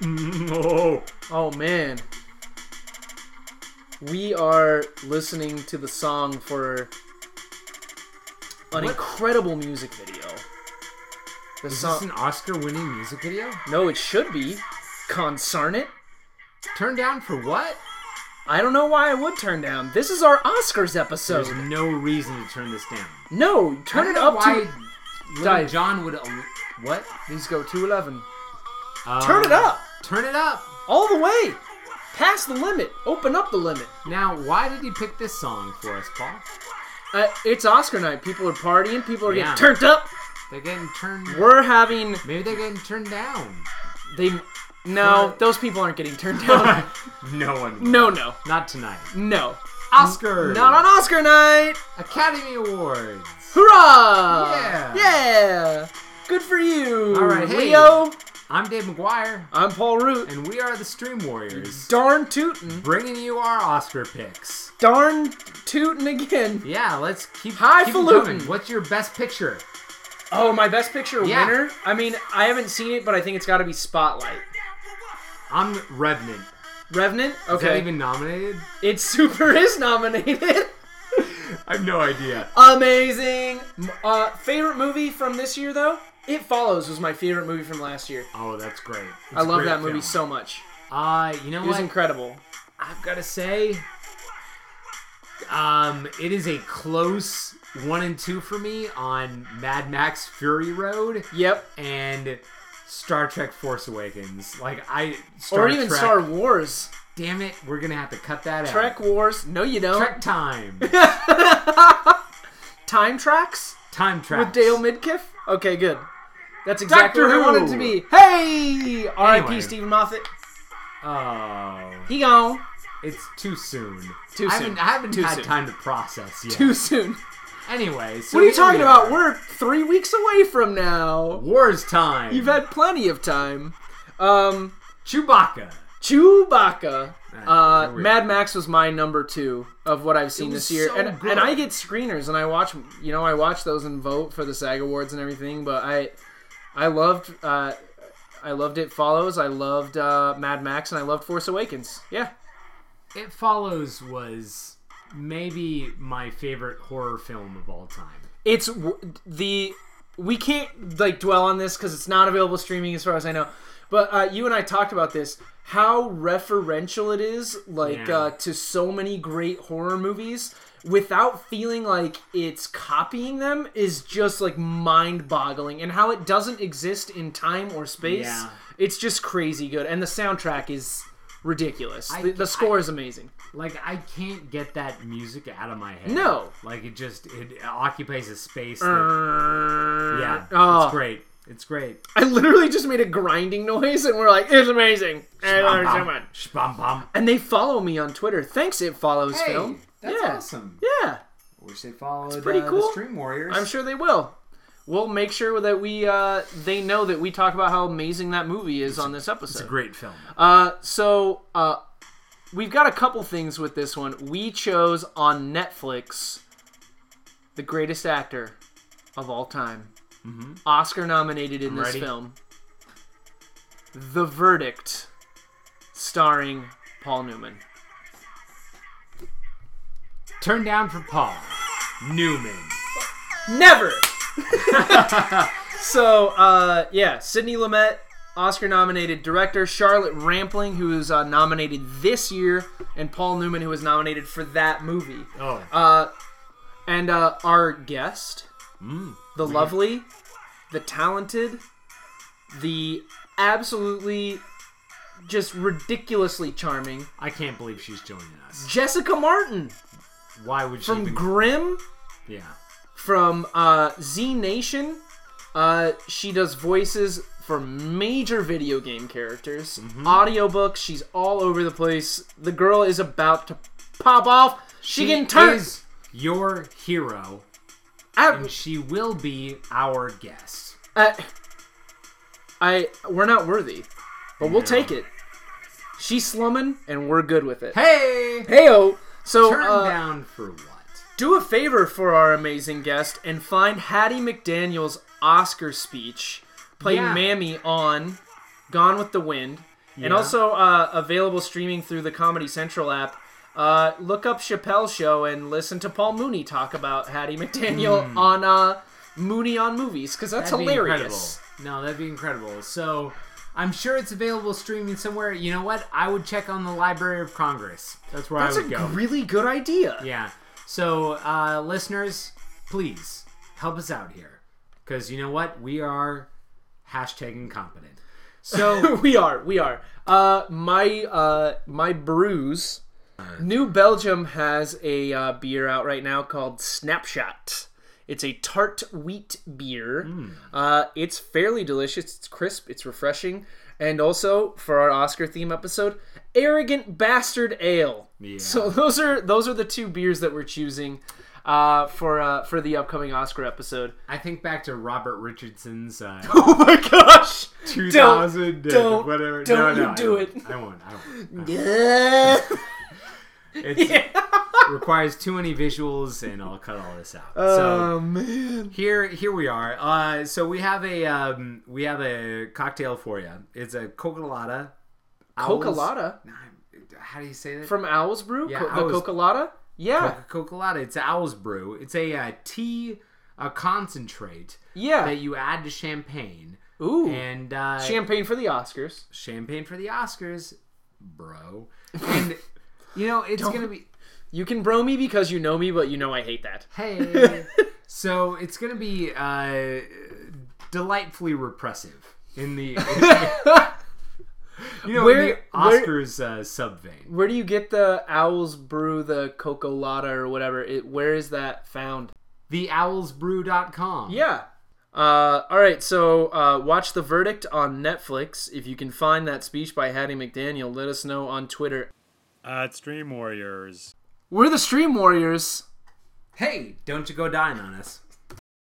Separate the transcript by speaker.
Speaker 1: No.
Speaker 2: Oh man. We are listening to the song for an
Speaker 1: What?
Speaker 2: incredible music video. The
Speaker 1: Is
Speaker 2: song
Speaker 1: this an Oscar-winning music video?
Speaker 2: No, it should be. Concern it?
Speaker 1: Turned down for what?
Speaker 2: I don't know why I would turn down. This is our Oscars episode.
Speaker 1: There's no reason to turn this down.
Speaker 2: No,
Speaker 1: I
Speaker 2: turn
Speaker 1: don't
Speaker 2: it
Speaker 1: know
Speaker 2: up
Speaker 1: why
Speaker 2: to
Speaker 1: Little
Speaker 2: Dive.
Speaker 1: John would. al- What?
Speaker 2: These go 211.
Speaker 1: Um,
Speaker 2: Turn it up.
Speaker 1: Turn it up.
Speaker 2: All the way. Past the limit. Open up the limit.
Speaker 1: Now, why did you pick this song for us, Paul?
Speaker 2: Uh, it's Oscar night. People are partying. People are
Speaker 1: Yeah.
Speaker 2: getting turned up.
Speaker 1: They're getting turned.
Speaker 2: We're having
Speaker 1: Maybe they're getting turned down.
Speaker 2: they. No,
Speaker 1: We're-
Speaker 2: those people aren't getting turned down.
Speaker 1: no one.
Speaker 2: no, no,
Speaker 1: Not tonight.
Speaker 2: no.
Speaker 1: Oscar.
Speaker 2: Not on Oscar night.
Speaker 1: Academy Awards.
Speaker 2: Hoorah!
Speaker 1: Yeah.
Speaker 2: Yeah. Good for you.
Speaker 1: All right, hey.
Speaker 2: Leo.
Speaker 1: I'm Dave McGuire,
Speaker 2: I'm Paul Root.
Speaker 1: and we are the Stream Warriors,
Speaker 2: Darn tootin'.
Speaker 1: bringing you our Oscar picks.
Speaker 2: Darn tootin' again.
Speaker 1: Yeah, let's keep keep it
Speaker 2: Highfalutin.
Speaker 1: coming. What's your best picture?
Speaker 2: Oh, my best picture
Speaker 1: Yeah.
Speaker 2: winner. I mean, I haven't seen it, but I think it's got to be Spotlight.
Speaker 1: I'm Revenant. Is
Speaker 2: Revenant. Okay.
Speaker 1: that even nominated?
Speaker 2: It super is nominated.
Speaker 1: I have no idea.
Speaker 2: Amazing. M- Uh, favorite movie from this year though? It Follows was my favorite movie from last year.
Speaker 1: Oh, that's great.
Speaker 2: I love that movie so much.
Speaker 1: so. Uh, you know
Speaker 2: It was
Speaker 1: what?
Speaker 2: incredible.
Speaker 1: I've got to say, um, it is a close one and two for me on Mad Max Fury Road
Speaker 2: Yep.
Speaker 1: and Star Trek Force Awakens. Like I, Star
Speaker 2: Or even
Speaker 1: Trek,
Speaker 2: Star Wars.
Speaker 1: Damn it, we're gonna have to cut that
Speaker 2: Trek Wars. No, you
Speaker 1: out.
Speaker 2: don't.
Speaker 1: Trek time.
Speaker 2: Time tracks
Speaker 1: time tracks.
Speaker 2: with Dale Midkiff. Okay, good. That's exactly
Speaker 1: Doctor
Speaker 2: what I wanted
Speaker 1: Who.
Speaker 2: to be. Hey, R.I.P.
Speaker 1: Anyway.
Speaker 2: Stephen Moffat.
Speaker 1: oh,
Speaker 2: He gone
Speaker 1: it's too soon.
Speaker 2: Too
Speaker 1: I
Speaker 2: soon.
Speaker 1: haven't, I haven't
Speaker 2: Too
Speaker 1: had
Speaker 2: soon.
Speaker 1: time to process yet.
Speaker 2: too soon.
Speaker 1: anyway, so
Speaker 2: What are you
Speaker 1: here
Speaker 2: talking
Speaker 1: we
Speaker 2: about?
Speaker 1: are.
Speaker 2: We're three weeks away from now.
Speaker 1: Wars time.
Speaker 2: You've had plenty of time. Um,
Speaker 1: Chewbacca.
Speaker 2: Chewbacca.
Speaker 1: Ah,
Speaker 2: Uh,
Speaker 1: you're weird.
Speaker 2: Mad Max was my number two of what I've seen
Speaker 1: was
Speaker 2: this year,
Speaker 1: so
Speaker 2: and
Speaker 1: good.
Speaker 2: and I get screeners and I watch you know I watch those and vote for the SAG awards and everything. But I I loved uh, I loved it follows. I loved uh, Mad Max and I loved Force Awakens. Yeah,
Speaker 1: It Follows was maybe my favorite horror film of all time.
Speaker 2: it's w- the we can't like dwell on this because it's not available streaming as far as I know. But uh, you and I talked about this how referential it is, like
Speaker 1: Yeah.
Speaker 2: uh, to so many great horror movies without feeling like it's copying them is just like mind-boggling and how it doesn't exist in time or space
Speaker 1: Yeah.
Speaker 2: it's just crazy good and the soundtrack is ridiculous
Speaker 1: I-
Speaker 2: the, the score is amazing
Speaker 1: Like I can't get that music out of my head.
Speaker 2: No.
Speaker 1: Like it just it occupies a space. That,
Speaker 2: yeah
Speaker 1: yeah,
Speaker 2: oh,
Speaker 1: it's great. It's great.
Speaker 2: I literally just made a grinding noise, and we're like, "It's amazing!" I love it so much.
Speaker 1: Shbam bam.
Speaker 2: And they follow me on Twitter. Thanks, it follows film. yeah.
Speaker 1: awesome.
Speaker 2: Yeah,
Speaker 1: Wish they followed
Speaker 2: pretty uh, the cool.
Speaker 1: Stream Warriors.
Speaker 2: I'm sure they will. We'll make sure that we uh, they know that we talk about how amazing that movie is on this episode.
Speaker 1: Great film.
Speaker 2: Uh, so uh, we've got a couple things with this one. We chose on Netflix the greatest actor of all time, Oscar nominated in this
Speaker 1: ready.
Speaker 2: film, The Verdict, starring Paul Newman.
Speaker 1: Turn down for Paul Newman.
Speaker 2: Never. so uh, yeah, Sidney Lumet, Oscar nominated director Charlotte Rampling, who was uh, nominated this year, and Paul Newman, who was nominated for that movie.
Speaker 1: Oh,
Speaker 2: Uh, and uh, our guest,
Speaker 1: mm,
Speaker 2: the lovely, the talented, the absolutely just ridiculously charming
Speaker 1: I can't believe she's joining us.
Speaker 2: Jessica Martin
Speaker 1: Why would she?
Speaker 2: from
Speaker 1: even-
Speaker 2: Grimm,
Speaker 1: yeah.
Speaker 2: from uh, Z Nation. Uh, she does voices for major video game characters, audiobooks. She's all over the place. The girl is about to pop off. She, can turn.
Speaker 1: is your hero,
Speaker 2: Ab-
Speaker 1: and she will be our guest.
Speaker 2: I, I we're not worthy, but we'll take it. She's slumming, and we're good with it.
Speaker 1: Hey.
Speaker 2: Heyo! So
Speaker 1: Turn
Speaker 2: uh,
Speaker 1: down for what?
Speaker 2: do a favor for our amazing guest and find Hattie McDaniel's Oscar speech, play
Speaker 1: Yeah.
Speaker 2: Mammy on Gone with the Wind, and
Speaker 1: Yeah.
Speaker 2: also uh, available streaming through the Comedy Central app. Uh, look up Chappelle Show and listen to Paul Mooney talk about Hattie McDaniel on uh, Mooney on Movies because that's
Speaker 1: Hmm. That'd be
Speaker 2: hilarious.
Speaker 1: incredible. No, that'd be incredible. So I'm sure it's available streaming somewhere. You know what? I would check on the Library of Congress. That's where
Speaker 2: That's
Speaker 1: I
Speaker 2: a
Speaker 1: would go.
Speaker 2: really good idea.
Speaker 1: yeah. So uh, listeners, please help us out here, because you know what? We are hashtag incompetent. So
Speaker 2: we are, we are. Uh, my uh, my brews. New Belgium has a uh, beer out right now called Snapshot. It's a tart wheat beer. Uh, it's fairly delicious. It's crisp. It's refreshing. And also for our Oscar theme episode, arrogant bastard ale. So those are those are the two beers that we're choosing uh, for uh, for the upcoming Oscar episode.
Speaker 1: I think back to Robert Richardson's uh,
Speaker 2: Oh my gosh!
Speaker 1: 2000
Speaker 2: don't-
Speaker 1: whatever.
Speaker 2: don't
Speaker 1: no,
Speaker 2: you
Speaker 1: no, I
Speaker 2: do
Speaker 1: won't.
Speaker 2: it.
Speaker 1: I won't. I won't.
Speaker 2: Don't.
Speaker 1: Oh, It's, requires too many visuals, and I'll cut all this out. so
Speaker 2: oh man.
Speaker 1: here, here we are. Uh, so we have a um, we have a cocktail for you. It's a cocolata. Owls-
Speaker 2: Cocolata
Speaker 1: How do you say that?
Speaker 2: from Owl's Brew.
Speaker 1: Yeah,
Speaker 2: Co-
Speaker 1: Owl's-
Speaker 2: the Cocolata. Yeah,
Speaker 1: cocolata. It's Owl's Brew. It's a uh, tea, a concentrate
Speaker 2: yeah.
Speaker 1: that you add to champagne.
Speaker 2: Ooh,
Speaker 1: And uh,
Speaker 2: champagne for the Oscars.
Speaker 1: champagne for the Oscars, bro. And you know it's gonna be
Speaker 2: You can bro me because you know me, but you know I hate that.
Speaker 1: hey. so it's gonna be uh, delightfully repressive in the you know in the
Speaker 2: Where- where-
Speaker 1: Oscars uh, subvein.
Speaker 2: Where do you get the Owl's Brew, the Cocolata, or whatever? It, where is that found?
Speaker 1: Theowlsbrew.com.
Speaker 2: Yeah. Uh, all right, so uh, watch The Verdict on Netflix. If you can find that speech by Hattie McDaniel, let us know on Twitter.
Speaker 3: at Stream Warriors.
Speaker 2: We're the Stream Warriors.
Speaker 1: Hey, don't you go dine on us.